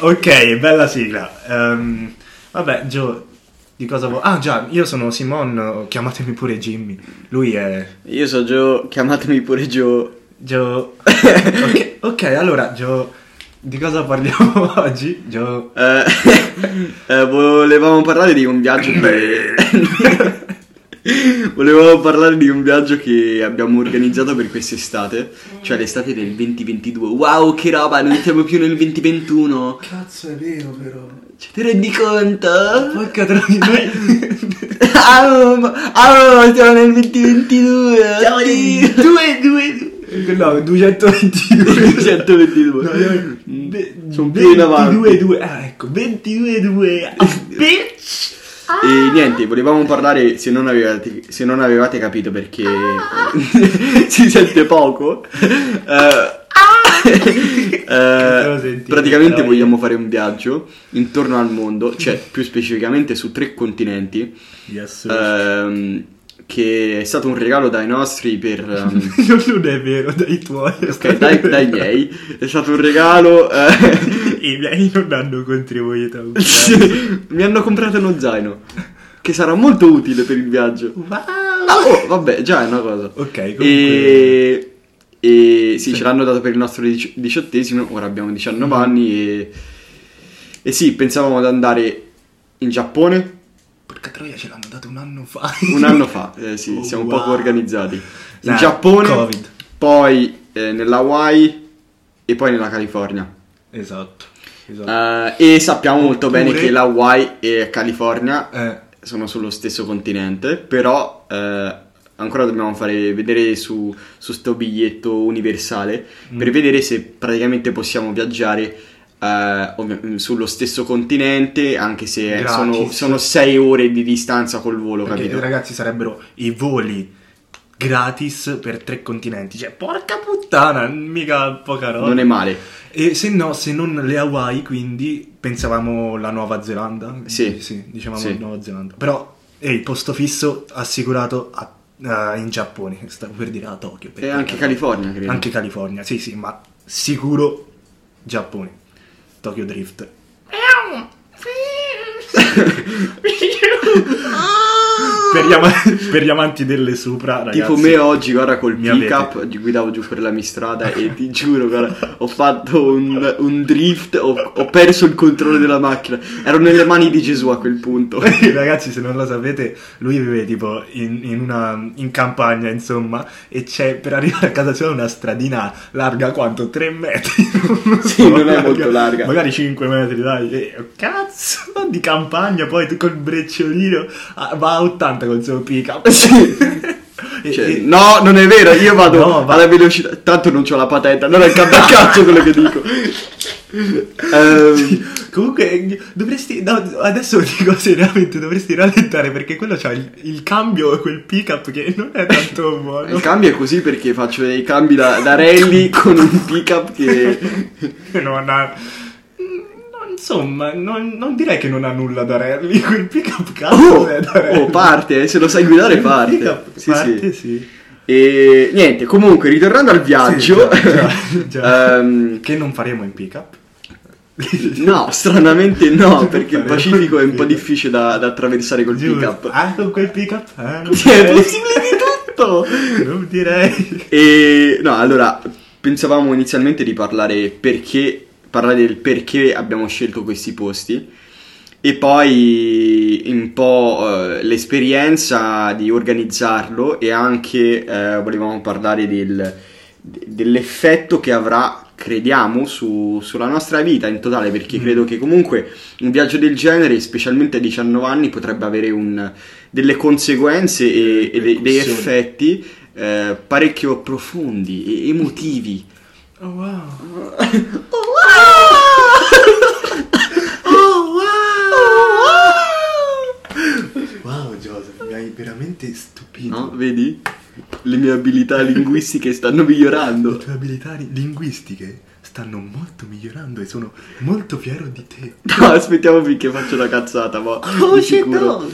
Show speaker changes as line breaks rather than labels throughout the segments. Ok, bella sigla. Ehm, vabbè, Gio, di cosa vuoi? Ah, già, io sono Simon, chiamatemi pure Jimmy. Lui è
Io so Joe, chiamatemi pure Joe.
Gio. Ok, ok, allora, Gio, di cosa parliamo oggi? Gio.
Eh, eh, volevamo parlare di un viaggio che... volevamo parlare di un viaggio che abbiamo organizzato per quest'estate, cioè l'estate del 2022. Wow, che roba, non siamo più nel 2021.
Cazzo, è vero, però.
Cioè, ti rendi conto?
Porca troia, noi...
Ah, ma- ah, siamo nel 2022.
Siamo nel 222. No, 222.
122.
No, io- ve-
Sono più in avanti.
22, ah, ecco, 22, ah, bitch.
E niente, volevamo parlare, se non avevate, se non avevate capito perché Ah! si sente poco, eh, eh,
lo sentivo,
praticamente
dai.
vogliamo fare un viaggio intorno al mondo, cioè più specificamente su tre continenti,
Yes.
ehm, che è stato un regalo dai nostri per... ehm,
Non non è vero, dai tuoi.
ok, dai, dai miei, è stato un regalo... eh,
I miei non hanno contribuito. a un cazzo.
Sì, mi hanno comprato uno zaino che sarà molto utile per il viaggio.
Wow.
Ah, oh, vabbè, già è una cosa.
Ok, comunque.
E, e sì, ce l'hanno dato per il nostro dici- diciottesimo, ora abbiamo 19
Mm-hmm.
anni e, e sì, pensavamo ad andare in Giappone
Porca troia, ce l'hanno dato un anno fa.
un anno fa, eh, sì,
Oh,
siamo
wow.
poco organizzati. In
Dai,
Giappone,
Covid.
poi eh, nell'Hawaii e poi nella California.
Esatto. esatto.
Eh, e sappiamo molto bene
Oppure-
che l'Hawaii e California
Eh,
sono sullo stesso continente, però eh, ancora dobbiamo fare vedere su, su sto biglietto universale
Mm.
per vedere se praticamente possiamo viaggiare eh, ovvi- sullo stesso continente, anche se
Gratis.
sono, sono sei ore di distanza col volo,
perché,
capito?
ragazzi sarebbero i voli gratis per tre continenti. Cioè, porca puttana, mica poca roba.
Non è male.
E se no, se non le Hawaii, quindi pensavamo la Nuova Zelanda.
Sì.
dicevamo
Sì.
Nuova Zelanda. Però è il posto fisso assicurato a- eh, in Giappone, stavo per dire a Tokyo.
E
perché-
anche California, credo.
Anche California, sì, sì, ma sicuro Giappone. Tokyo Drift.
Ah!
per, gli ama- per gli amanti delle Supra, ragazzi.
Tipo me oggi, guarda, col
mi
pick up
avete.
guidavo giù per la mia strada e ti giuro, guarda, ho fatto un, un drift, ho, ho perso il controllo della macchina. Ero nelle mani di Gesù a quel punto.
Ragazzi, se non lo sapete, lui vive tipo in, in una, in campagna, insomma, e c'è per arrivare a casa sua una stradina larga quanto 3 metri. Non
Sì,
so,
non è molto larga.
Magari 5 metri, dai. E, cazzo, di campagna, poi tu col brecciolino ah, va a 80 col suo pick up. E-
Cioè,
e-
no, non è vero, io vado
No, va-
alla velocità. Tanto non ho la patente, non è cambia cazzo quello che dico. Ehm,
Comunque dovresti. no, adesso dico seriamente, dovresti rallentare perché quello c'ha il, il cambio e quel pick up che non è tanto buono.
il cambio è così perché faccio dei cambi da, da rally con un pick up che.
Che non ha. no, Insomma, non, non direi che non ha nulla da rally. Quel pick up cazzo
Oh,
è da rally.
oh, parte, eh, se lo sai guidare
Il
parte.
pick-up
Sì,
parte,
sì.
sì.
E niente, comunque, ritornando al viaggio,
Sì, già, già, già.
ehm,
Che non faremo in pick up.
no, stranamente no, perché il
Vabbè,
Pacifico è un po'
sì.
difficile da, da attraversare col pick up.
Ah, con quel pick up? Ah, non
Sì, è
direi.
possibile di tutto.
Non direi.
E no, allora pensavamo inizialmente di parlare perché parlare del perché abbiamo scelto questi posti e poi un po' eh, l'esperienza di organizzarlo e anche eh, volevamo parlare del- de- dell'effetto che avrà crediamo su- sulla nostra vita in totale perché
Mm.
credo che comunque un viaggio del genere specialmente a 19 anni potrebbe avere un- delle conseguenze e, e de- dei
Ripercussioni.
effetti eh, parecchio profondi e emotivi.
Oh wow.
Oh,
Oh,
Oh,
Wow, Joseph, mi hai veramente stupito.
No, vedi? Le mie abilità linguistiche stanno migliorando.
Le tue abilità li- linguistiche stanno molto migliorando e sono molto fiero di te.
No, aspettiamo finché faccio una cazzata, ma
Oh,
di sicuro.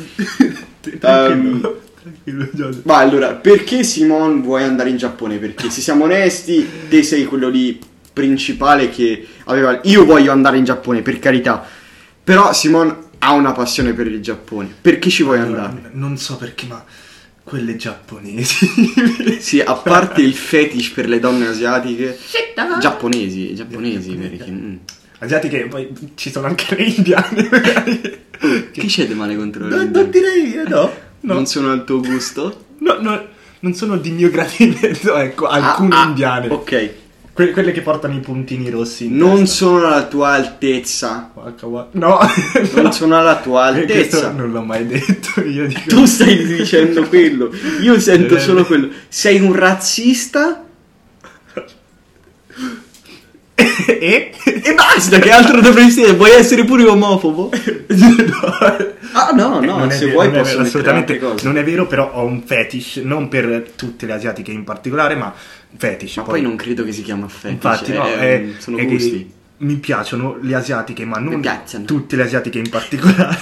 Tranquillo,
Ehm,
tranquillo, Joseph.
Ma allora, perché Simon vuoi andare in Giappone? Perché se siamo onesti, te sei quello lì principale che aveva. Io voglio andare in Giappone, per carità. Però Simon ha una passione per il Giappone. Perché ci vuoi
Allora,
andare?
n- non so perché, ma quelle giapponesi.
Sì, a parte il fetish per le donne asiatiche. Giapponesi, giapponesi. perché, mm.
Asiatiche, poi ci sono anche le indiane. magari.
Che c'è di male contro le
non, non
donne?
direi io, no. no.
Ehm, Non sono al tuo gusto?
No, no, non sono di mio gradimento, ecco, alcune
Ah, ah,
indiane.
Ok.
Que- quelle che portano i puntini rossi. in
Non
testa.
sono alla tua altezza.
Waka waka. No,
Non sono alla tua
Questo
altezza.
non l'ho mai detto io. Dico...
Tu stai dicendo quello. Io sento solo quello. Sei un razzista?
e?
E basta, che altro dovresti dire? Vuoi essere pure omofobo?
no.
Ah no,
Eh,
no,
non è
se
vero,
vuoi
non è
posso
vero,
mettere
assolutamente
altre cose.
non è vero, però ho un fetish, non per tutte le asiatiche in particolare, ma fetish.
Ma poi non credo che si chiama fetish.
infatti, no,
eh,
è-
sono
è che
gusti.
mi piacciono le asiatiche, ma non
piacciono.
tutte le asiatiche in particolare.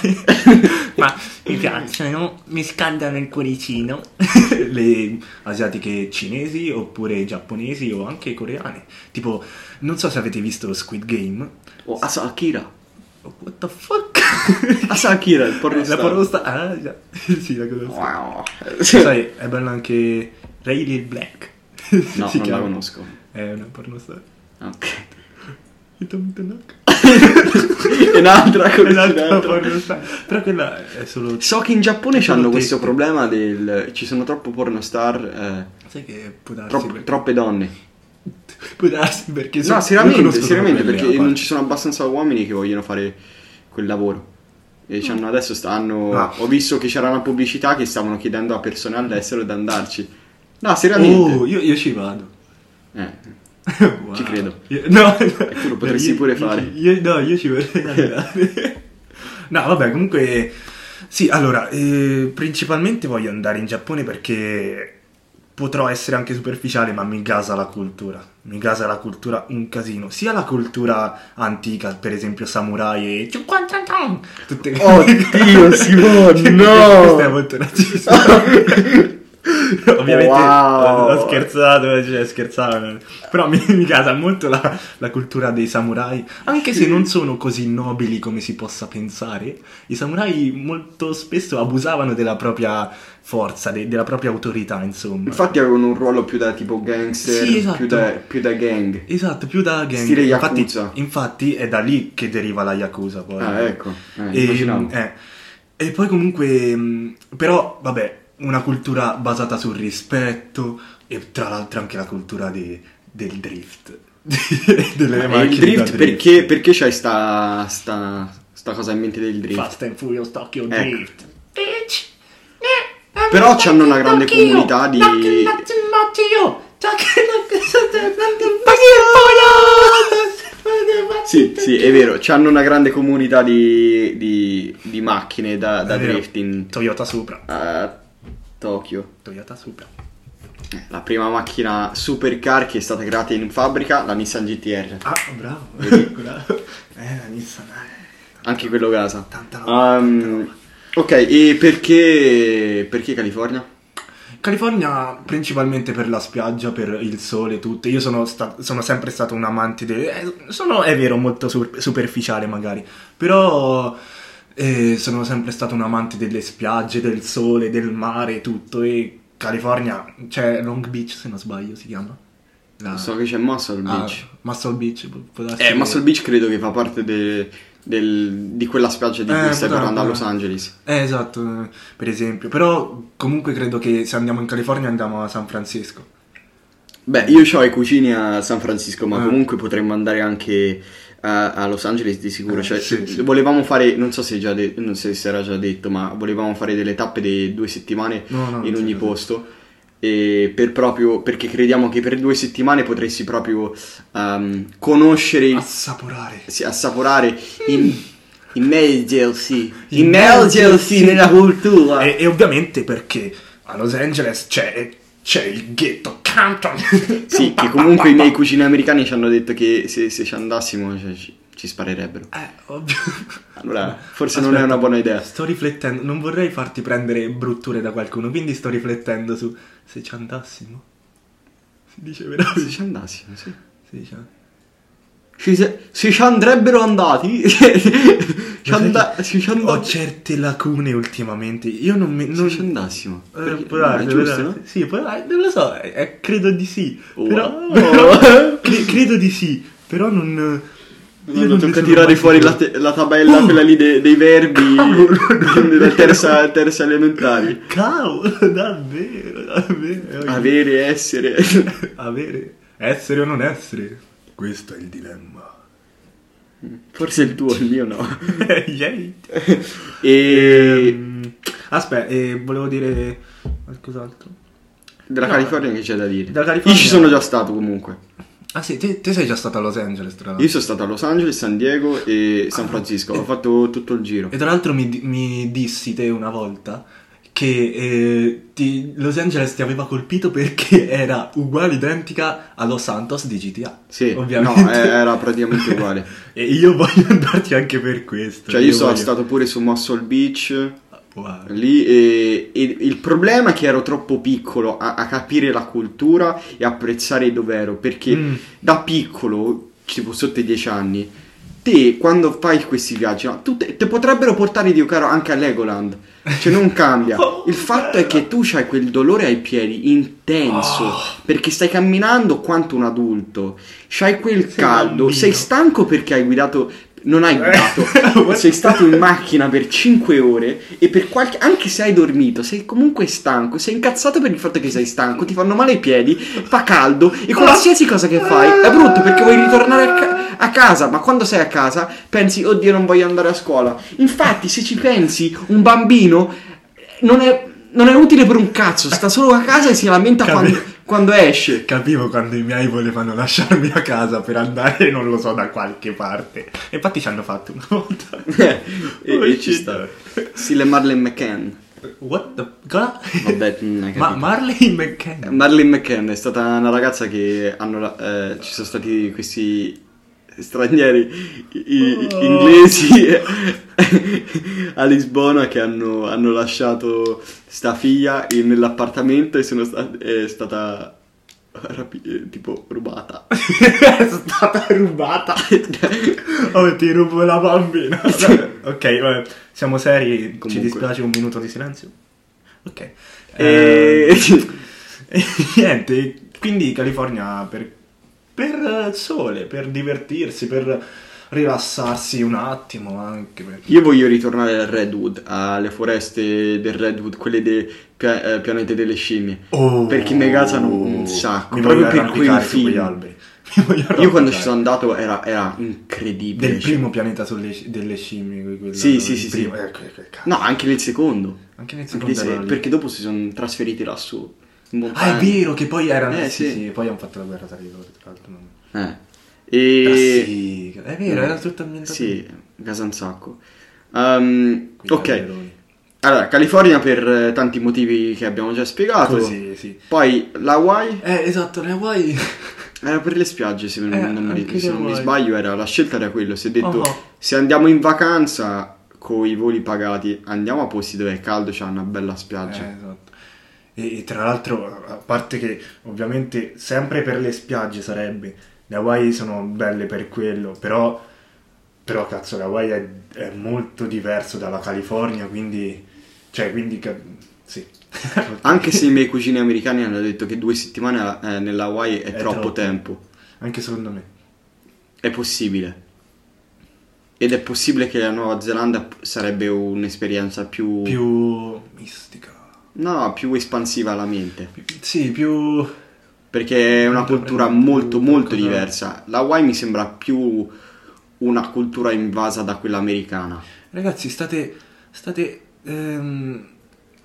ma mi piacciono, mi scaldano il cuoricino. le asiatiche cinesi oppure giapponesi o anche coreane. Tipo, non so se avete visto Squid Game.
Oh, Asa Akira.
What the fuck?
Asa Akira, il porno
la porrosta. Ah, già. sì, la conosco.
Wow.
Sai, è bella anche Riley Black.
No,
Si
non la
chiama.
conosco.
È una pornostar.
Ok.
Hitam Tanak.
È un'altra cosa.
È un'altra
un'altra.
pornostar. Esatto, Però quella è solo...
So che in Giappone
Solo
hanno
te.
questo problema del... Ci sono troppo pornostar, eh,
Sai che può darsi...
tro-
perché-
troppe donne.
Può darsi perché...
No,
sono- io
seriamente,
conosco solo
seriamente,
quelle,
perché
a
non
parte.
ci sono abbastanza uomini che vogliono fare quel lavoro. E
Mm.
c'hanno- adesso stanno...
Ah.
Ho visto che c'era una pubblicità che stavano chiedendo a persone all'estero di andarci. No,
Oh,
seriamente.
io, io ci vado.
Eh,
Wow.
Ci credo.
Io- no,
tu lo potresti pure fare.
Io, no, io ci vorrei andare. no, vabbè, comunque... Sì, allora, eh, principalmente voglio andare in Giappone perché potrò essere anche superficiale, ma mi gasa la cultura. Mi gasa la cultura un casino. Sia la cultura antica, per esempio samurai e... Tutte...
Oddio, Simone, no!
Questa è molto razzista. Ovviamente
Wow.
ho scherzato, cioè, scherzavo, però mi, mi casa molto la, la cultura dei samurai, anche se non sono così nobili come si possa pensare, i samurai molto spesso abusavano della propria forza, de- della propria autorità, insomma.
Infatti avevano un ruolo più da tipo gangster,
Sì, esatto.
più, da, più da gang.
Esatto, più da gang.
Stile
infatti,
Yakuza.
infatti è da lì che deriva la Yakuza poi.
Ah, ecco. Eh,
E,
immaginavo.
eh, e poi comunque, mh, però, vabbè, una cultura basata sul rispetto e tra l'altro anche la cultura de- del drift. Delle
E Eh, il
macchine da
drift perché, perché c'hai sta, sta, sta cosa in mente del drift?
Fast and Furious Tokyo
Ecco.
Drift.
Bitch.
Però c'hanno una grande
Tokyo.
comunità di-
Tokyo, Tokyo, Tokyo, Tokyo.
Sì, sì, è vero, c'hanno una grande comunità di, di, di macchine da, da
È vero.
drift in
Toyota Supra.
a Tokyo.
Toyota Supra.
La prima macchina supercar che è stata creata in fabbrica, la Nissan GTR.
Ah, bravo. bravo. Eh, la Nissan. eh.
Anche quello casa.
Tanta roba,
Ehm,
tanta roba.
ok, e perché, perché California?
California principalmente per la spiaggia, per il sole, tutto. Io sono, sta- sono sempre stato un amante del... eh, sono, è vero, molto sur- superficiale magari, però eh, sono sempre stato un amante delle spiagge, del sole, del mare, tutto. E California, c'è Long Beach se non sbaglio si chiama. La...
So che c'è Muscle
Ah,
Beach.
Muscle Beach. può- può darsi
eh,
che-
Muscle Beach credo che fa parte de- del- di quella spiaggia di
Eh,
cui stai
potrebbe.
parlando a Los Angeles.
Eh, esatto, eh, per esempio. Però comunque credo che se andiamo in California andiamo a San Francisco.
Beh, io ho i cugini a San Francisco, ma
Ah.
comunque potremmo andare anche a, a Los Angeles di sicuro.
Eh,
Cioè,
sì, sì.
volevamo fare, non so se, già de- non so se era già detto, ma volevamo fare delle tappe di due settimane
No, no,
in
non
ogni
c'era.
posto. E per proprio, perché crediamo che per due settimane potresti proprio ehm, conoscere,
Ah. Assaporare.
sì, assaporare in, immergersi,
Immergersi.
immergersi nella cultura.
E, e ovviamente perché a Los Angeles c'è, eh, c'è il ghetto Canton.
Sì, che comunque i miei cugini americani ci hanno detto che se, se ci andassimo cioè, ci, ci sparerebbero.
Eh, ovvio.
Allora, forse
Eh, Aspetta,
non è una buona idea.
Sto riflettendo, non vorrei farti prendere brutture da qualcuno, quindi sto riflettendo su se ci andassimo. Si dice
Se
veramente.
ci andassimo, sì.
Si dice.
ci se- se ci andrebbero andati. ci
Lo sai
anda-
che
se ci anda-
Ho certe lacune ultimamente. Io non mi.
se
Non...
ci andassimo.
Eh,
Perché-
può darsi,
è
può
giusto,
darsi.
no?
Sì, può darsi, non lo so, eh, eh, credo di sì.
Oh.
Però. Cre- credo di sì, però non. io
Quando
non ne
tocca
sono
tirare
mai Oh!
fuori la,
sicuro.
te- la tabella, quella lì de- dei verbi della terza, terza elementare.
Cavolo, davvero, davvero.
Avere, essere. Ah,
Avere. Essere o non essere? Questo è il dilemma.
Forse il tuo, il mio no.
Yay.
E
Ehm, Aspetta, eh, volevo dire qualcos'altro.
della
no.
California che c'è da dire?
Della California-
Io ci sono già stato comunque.
Ah sì, te, te sei già stato a Los Angeles, tra l'altro.
Io sono stato a Los Angeles, San Diego e
Ah.
San Francisco. Ho fatto tutto il giro.
E tra l'altro mi, di- mi dissi te una volta che eh, ti- Los Angeles ti aveva colpito perché era uguale identica a Los Santos di GTA.
Sì,
ovviamente.
no, eh, era praticamente uguale.
e io voglio andarci anche per questo.
Cioè, io sono
voglio- Ah,
stato pure su Muscle Beach.
Wow.
Lì e, e il problema è che ero troppo piccolo a, a capire la cultura e apprezzare dove ero perché
Mm.
da piccolo, tipo sotto i 10 anni, te quando fai questi viaggi, no, tu te, te potrebbero portare Dio caro anche a Legoland, cioè non cambia.
Oh,
Il fatto è che tu hai quel dolore ai piedi intenso
Oh.
perché stai camminando quanto un adulto, c'hai quel
Sei
caldo,
bambino.
sei stanco perché hai guidato. Non hai guidato,
what?
sei stato in macchina per 5 ore e per qualche. anche se hai dormito, sei comunque stanco, sei incazzato per il fatto che sei stanco, ti fanno male i piedi, fa caldo e qualsiasi cosa che fai è brutto perché vuoi ritornare a, ca- a casa, ma quando sei a casa pensi, oddio non voglio andare a scuola. Infatti, se ci pensi, un bambino non è, non è utile per un cazzo, sta solo a casa e si lamenta
Capi-
quando, quando esce.
Capivo quando i miei volevano lasciarmi a casa per andare, non lo so, da qualche parte. E infatti ci hanno fatto una volta.
e, e
Oh,
ci
shit.
sta. Stile Marlene McCann.
What the... Cosa?
Vabbè, non hai
Ma
capito.
Marley McKenna.
Marlene McCann è stata una ragazza che hanno, la- eh, ci sono stati questi stranieri i- i-
Oh.
inglesi a Lisbona che hanno, hanno lasciato sta figlia in- nell'appartamento e sono sta- è stata rapi- eh, tipo rubata.
è stata rubata. oh, ti rubo la bambina. ok, vabbè, siamo seri. Ci
Comunque.
dispiace un minuto di silenzio. Ok.
e...
Ehm, niente, quindi California per, per eh, sole, per divertirsi, per rilassarsi un attimo anche. per-
Io voglio ritornare al Redwood, alle foreste del Redwood, quelle del pia- eh, pianeta delle scimmie.
Oh.
perché mi gasano un sacco,
Mi
proprio
voglio
per quei
arrampicare su quegli
film.
alberi. Mi voglio
Io quando ci
arrampicare.
sono andato era, era incredibile.
Del
cioè.
primo pianeta sulle- delle scimmie. quello-
Sì, sì,
il
sì,
primo,
sì.
ecco, ecco, ecco.
No, anche nel secondo.
Anche nel
Anche nel
secondo
se-
era lì.
Perché dopo si sono trasferiti lassù. in montagna.
Ah, è vero che poi erano.
Eh,
sì,
sì.
sì, poi hanno fatto la guerra tra di loro, tra l'altro. non-
Eh. E... Mm.
Ah, sì, è vero, era tutto ambientato.
Sì, gasa un sacco. Um,
Quindi
ok,
alberoni.
allora, California per eh, tanti motivi che abbiamo già spiegato.
Così, sì.
Poi la Hawaii
Eh, esatto, le Hawaii.
Era Eh, per le spiagge, se, non-
Eh,
non mi-
anche
se
le
non mi
vuoi.
sbaglio, era, la scelta era quella. Si è detto,
Oh.
se andiamo in vacanza con i voli pagati, andiamo a posti dove è caldo, c'è una bella
Eh,
spiaggia.
esatto. E, e tra l'altro, a parte che ovviamente sempre per le spiagge sarebbe. Le Hawaii sono belle per quello, però. Però cazzo, le Hawaii è, è molto diverso dalla California, quindi. Cioè, quindi. ca- Sì.
Anche se i miei cugini americani hanno detto che due settimane eh, nella Hawaii è,
È
troppo,
troppo.
tempo.
Anche secondo me.
È possibile. Ed è possibile che la Nuova Zelanda p- sarebbe un'esperienza più...
Più mistica.
No, più espansiva alla mente.
Sì, più.
Perché è una cultura molto molto diversa. La Hawaii mi sembra più una cultura invasa da quella americana.
Ragazzi, state. state. ehm,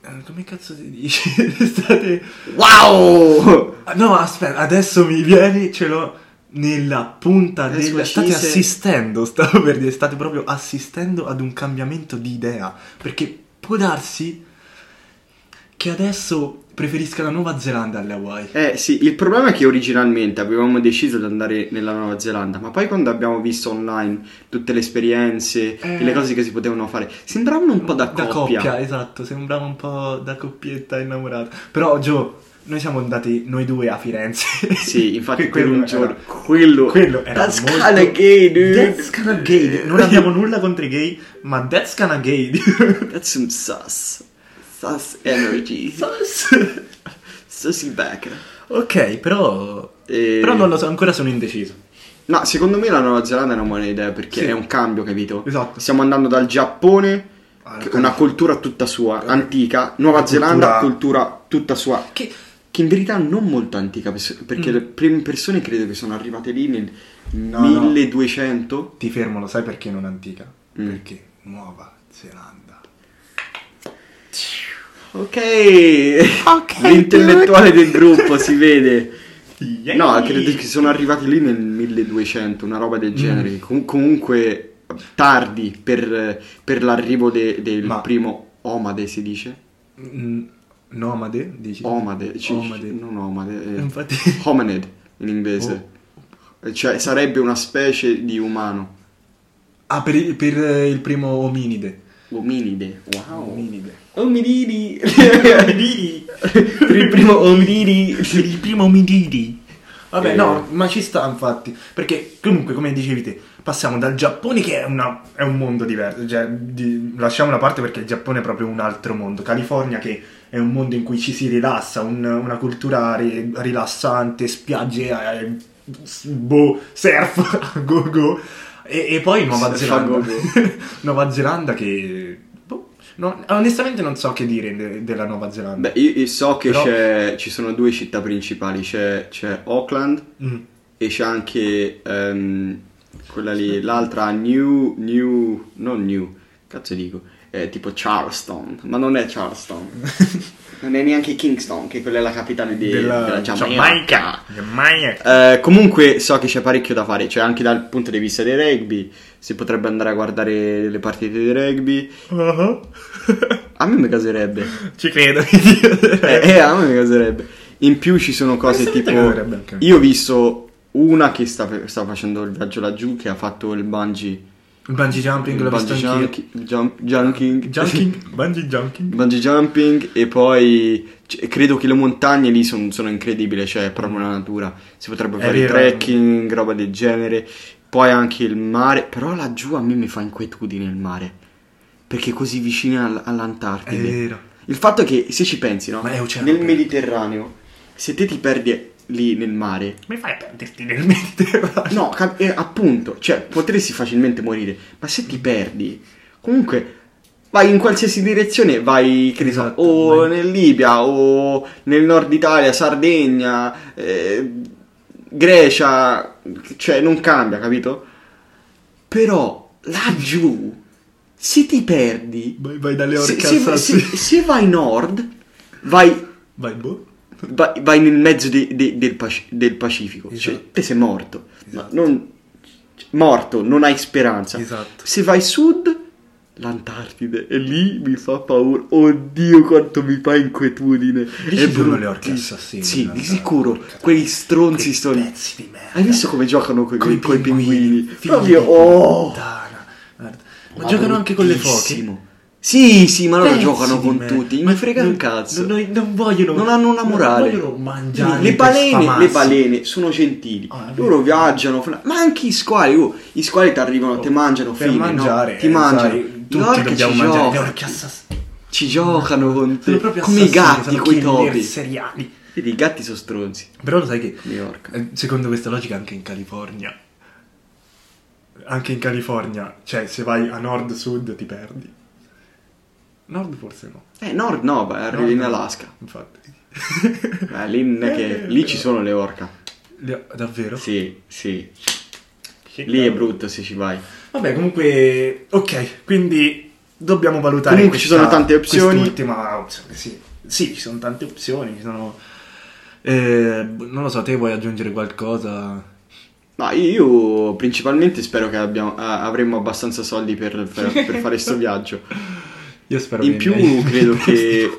eh, come cazzo si dice? state.
Wow!
Ah, No, aspetta, adesso mi vieni, ce l'ho nella punta
That's
del.
what
State
she said.
assistendo, stavo per dire, state proprio assistendo ad un cambiamento di idea. Perché può darsi che adesso preferisca la Nuova Zelanda alle Hawaii.
Eh sì, il problema è che originalmente avevamo deciso di andare nella Nuova Zelanda, ma poi quando abbiamo visto online tutte le esperienze
Eh.
e le cose che si potevano fare, sembravano un po' da,
Da coppia, esatto, sembrava un po' da coppietta innamorata. Però, Gio, Noi siamo andati noi due a Firenze.
Sì, infatti
Que-
per un
era-
giorno. Quello,
quello era
That's
molto-
kinda gay, dude.
That's kinda gay. dude. Non abbiamo nulla contro i gay, ma that's kinda gay. dude.
That's some sus. Sus energy. Sussy back.
ok, però.
E-
Però non lo so, ancora sono indeciso.
No, secondo me la Nuova Zelanda è una buona idea perché
Sì.
è un cambio, capito?
Esatto.
Stiamo andando dal Giappone,
Ah,
che-
la-
una cultura tutta sua,
Eh.
antica, Nuova
Una
Zelanda,
cultura-
cultura tutta sua.
Che.
Che in verità non molto antica, pers- perché
Mm.
le prime persone credo che sono arrivate lì nel
No, no.
1200.
Ti fermo, lo sai perché non antica?
Mm.
Perché Nuova Zelanda.
Ok, l'intellettuale del gruppo si vede. No, credo che sono arrivati lì nel 1200, una roba
Mm.
del genere. che com- comunque tardi per, per l'arrivo de- del
Ma-
primo Omade si dice?
Mm, Nomade, dici?
Omade, ci-
Omade.
non Omade, eh,
Infatti. Oh.
Hominid in inglese. Cioè sarebbe una specie di umano.
Ah, per, il- per, eh, il primo ominide.
Ominide, wow.
Ominide.
Omididi. per il primo Omididi.
Per il primo ominidi. Vabbè,
Eh.
no, ma ci sta infatti. Perché comunque, come dicevi te, passiamo dal Giappone che è, una- è un mondo diverso. Cioè, di- lasciamo da parte perché il Giappone è proprio un altro mondo. California che è un mondo in cui ci si rilassa, un- una cultura ri- rilassante, spiagge, eh, s- boh, surf, go go. E, e poi Nuova
Surf a
Zelanda.
go-go.
Nuova Zelanda che... boh, no, onestamente non so che dire de- della Nuova Zelanda.
Beh, io, io so che
Però-
c'è- ci sono due città principali, c'è, c'è Auckland
Mm.
e c'è anche ehm, quella lì, l'altra New, New, non New, cazzo dico, è tipo Charleston, ma non è Charleston, non è neanche Kingston, che quella è la capitale di- della, Giamaica.
Giamaica.
Eh, comunque so che c'è parecchio da fare, cioè anche dal punto di vista dei rugby, si potrebbe andare a guardare le partite di rugby,
Uh-huh.
a me mi caserebbe.
Ci credo.
Eh, eh, a me mi caserebbe. In più ci sono cose
Onestamente
tipo.
caserebbe anche a me.
Io ho visto una che sta, sta facendo il viaggio laggiù, che ha fatto il bungee.
Il bungee jumping l'ho
il
visto
bungee
anch'io.
junk- jump- junking.
Junking, bungee jumping.
bungee jumping. E poi. c- credo che le montagne lì son- sono incredibili, cioè è proprio la natura. Si potrebbe
È
fare
vero.
trekking, roba del genere. Poi anche il mare. Però laggiù a me mi fa inquietudine il mare. Perché è così vicino all-
È
all'Antartide.
vero.
Il fatto è che se ci pensi, no?
Ma è oceano
nel
aperto.
Mediterraneo, se te ti perdi lì nel mare,
Mi fai perderti nel Mediterraneo?
no, cap- eh, appunto, cioè potresti facilmente morire, ma se ti perdi, comunque vai in qualsiasi direzione, vai che ne so,
Esatto,
o
vai.
nel Libia o nel nord Italia, Sardegna, eh, Grecia, cioè non cambia, capito? Però laggiù se ti perdi
Vai, vai dalle
se,
orche
se-
al
se-
sassi.
se vai nord, vai,
Vai, boh.
vai- vai nel mezzo de- de- del, Paci- del Pacifico.
Esatto.
Cioè, te sei morto.
Esatto.
Ma non- cioè, morto, non hai speranza.
Esatto.
Se vai sud, l'Antartide. E lì mi fa paura. Oddio, quanto mi fa inquietudine.
Lì
È
ci sono
bruttissimo.
le orche assassine,
Sì, di
l'Antartide.
sicuro. Quegli stronzi
Quei
sono...
pezzi di merda.
Hai visto come giocano coi,
Coi
coi pinguini?
figli
Proprio...
di
Oh!
puttana. Guarda. Ma giocano anche con le foche.
bruttissimo. Sì, sì, ma loro
Pezzi
giocano
di
con
merda.
tutti.
Ma
Mi frega
non-
un cazzo.
Non, non vogliono.
Non hanno una morale.
Non vogliono mangiare.
le
per
balene, le
sfamarsi.
balene sono gentili.
Ah, è vero. Oh,
loro viaggiano, fra- ma anche i squali, oh, i squali ti arrivano, ti mangiano
per
fine, no?
mangiare. eh,
ti mangiano.
sai,
Gli
tutti
orchi
dobbiamo
ci
mangiare. Le
giocano.
orche assassine.
Ci giocano con te,
Sono proprio
come i
assassini,
gatti,
sono
coi
killer
topi.
seriali.
Vedi, i gatti sono stronzi.
Però lo sai che
New York.
eh, secondo questa logica anche in California anche in California, cioè se vai a nord sud ti perdi. Nord forse no.
Eh, nord no, vai, arrivi in
Nord no.
Alaska.
Infatti.
Eh, lì, non è che- lì ci sono le orca.
Le- Davvero?
Sì, sì.
Che
Lì è
cavolo.
brutto se ci vai.
Vabbè, comunque, ok, quindi dobbiamo valutare.
Comunque ci sono tante opzioni.
Quest'ultima opzione, sì. Sì, ci sono tante opzioni. Ci sono. eh, non lo so, te vuoi aggiungere qualcosa?
Ma io principalmente spero che abbiamo- a- avremo abbastanza soldi per, per- per fare sto viaggio.
Io spero
In
che-
più credo che...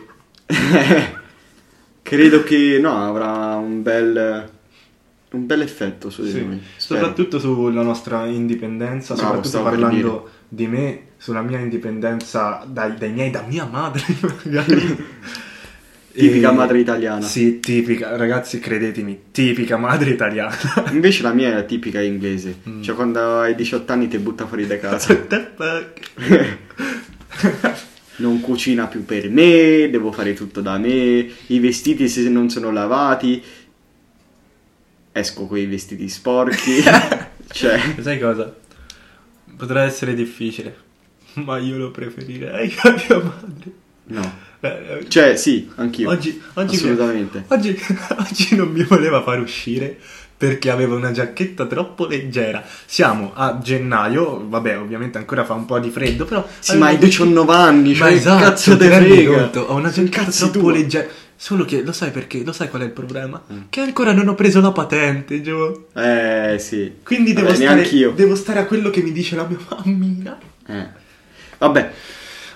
credo che no, avrà un bel... un bel effetto su di
Sì,
noi. spero.
soprattutto sulla nostra indipendenza,
Bravo,
soprattutto
stavo per
parlando di me, sulla mia indipendenza dai, dai miei, da mia madre, magari.
Tipica
E-
madre italiana.
Sì, tipica, ragazzi, credetemi, tipica madre italiana.
Invece la mia è tipica inglese.
Mm.
Cioè, quando hai 18 anni ti butta fuori da casa.
What the fuck?
non cucina più per me, devo fare tutto da me. I vestiti se non sono lavati. Esco con i vestiti sporchi. cioè,
Sai cosa? Potrà essere difficile, ma io lo preferirei a mia madre.
no.
Eh, eh,
Cioè, sì, anch'io.
Oggi, oggi
assolutamente.
oggi- oggi non mi voleva far uscire perché aveva una giacchetta troppo leggera. Siamo a gennaio, vabbè, ovviamente ancora fa un po' di freddo, però.
Sì, ma hai
avevo-
19 anni, cioè,
Ma esatto,
cazzo te
ti rendi
frega?
conto? Ho una
Che
giacchetta
cazzo
troppo
tua?
leggera. Solo che lo sai perché? Lo sai qual è il problema?
Mm.
Che ancora non ho preso la patente, Gio.
Eh, sì.
Quindi devo
Vabbè,
stare,
neanch'io.
devo stare a quello che mi dice la mia mammina.
Eh. Vabbè,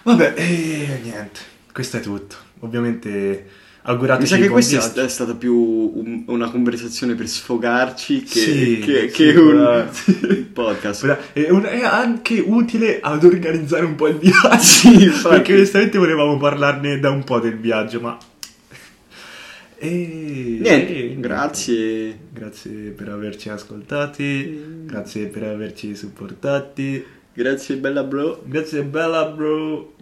Vabbè, e niente. Questo è tutto. Ovviamente augurateci
mi sa che
buon
questa è
viaggio.
st- è stata più un- una conversazione per sfogarci che,
Sì,
che-
sì,
che un
bravo. Sì.
podcast.
Bra- È, un- è anche utile ad organizzare un po' il viaggio.
Sì, infatti.
perché onestamente volevamo parlarne da un po' del viaggio, ma. E...
Niente,
e niente.
grazie.
Grazie per averci
Mm.
ascoltati, grazie per averci supportati.
Grazie, bella bro.
Grazie bella bro.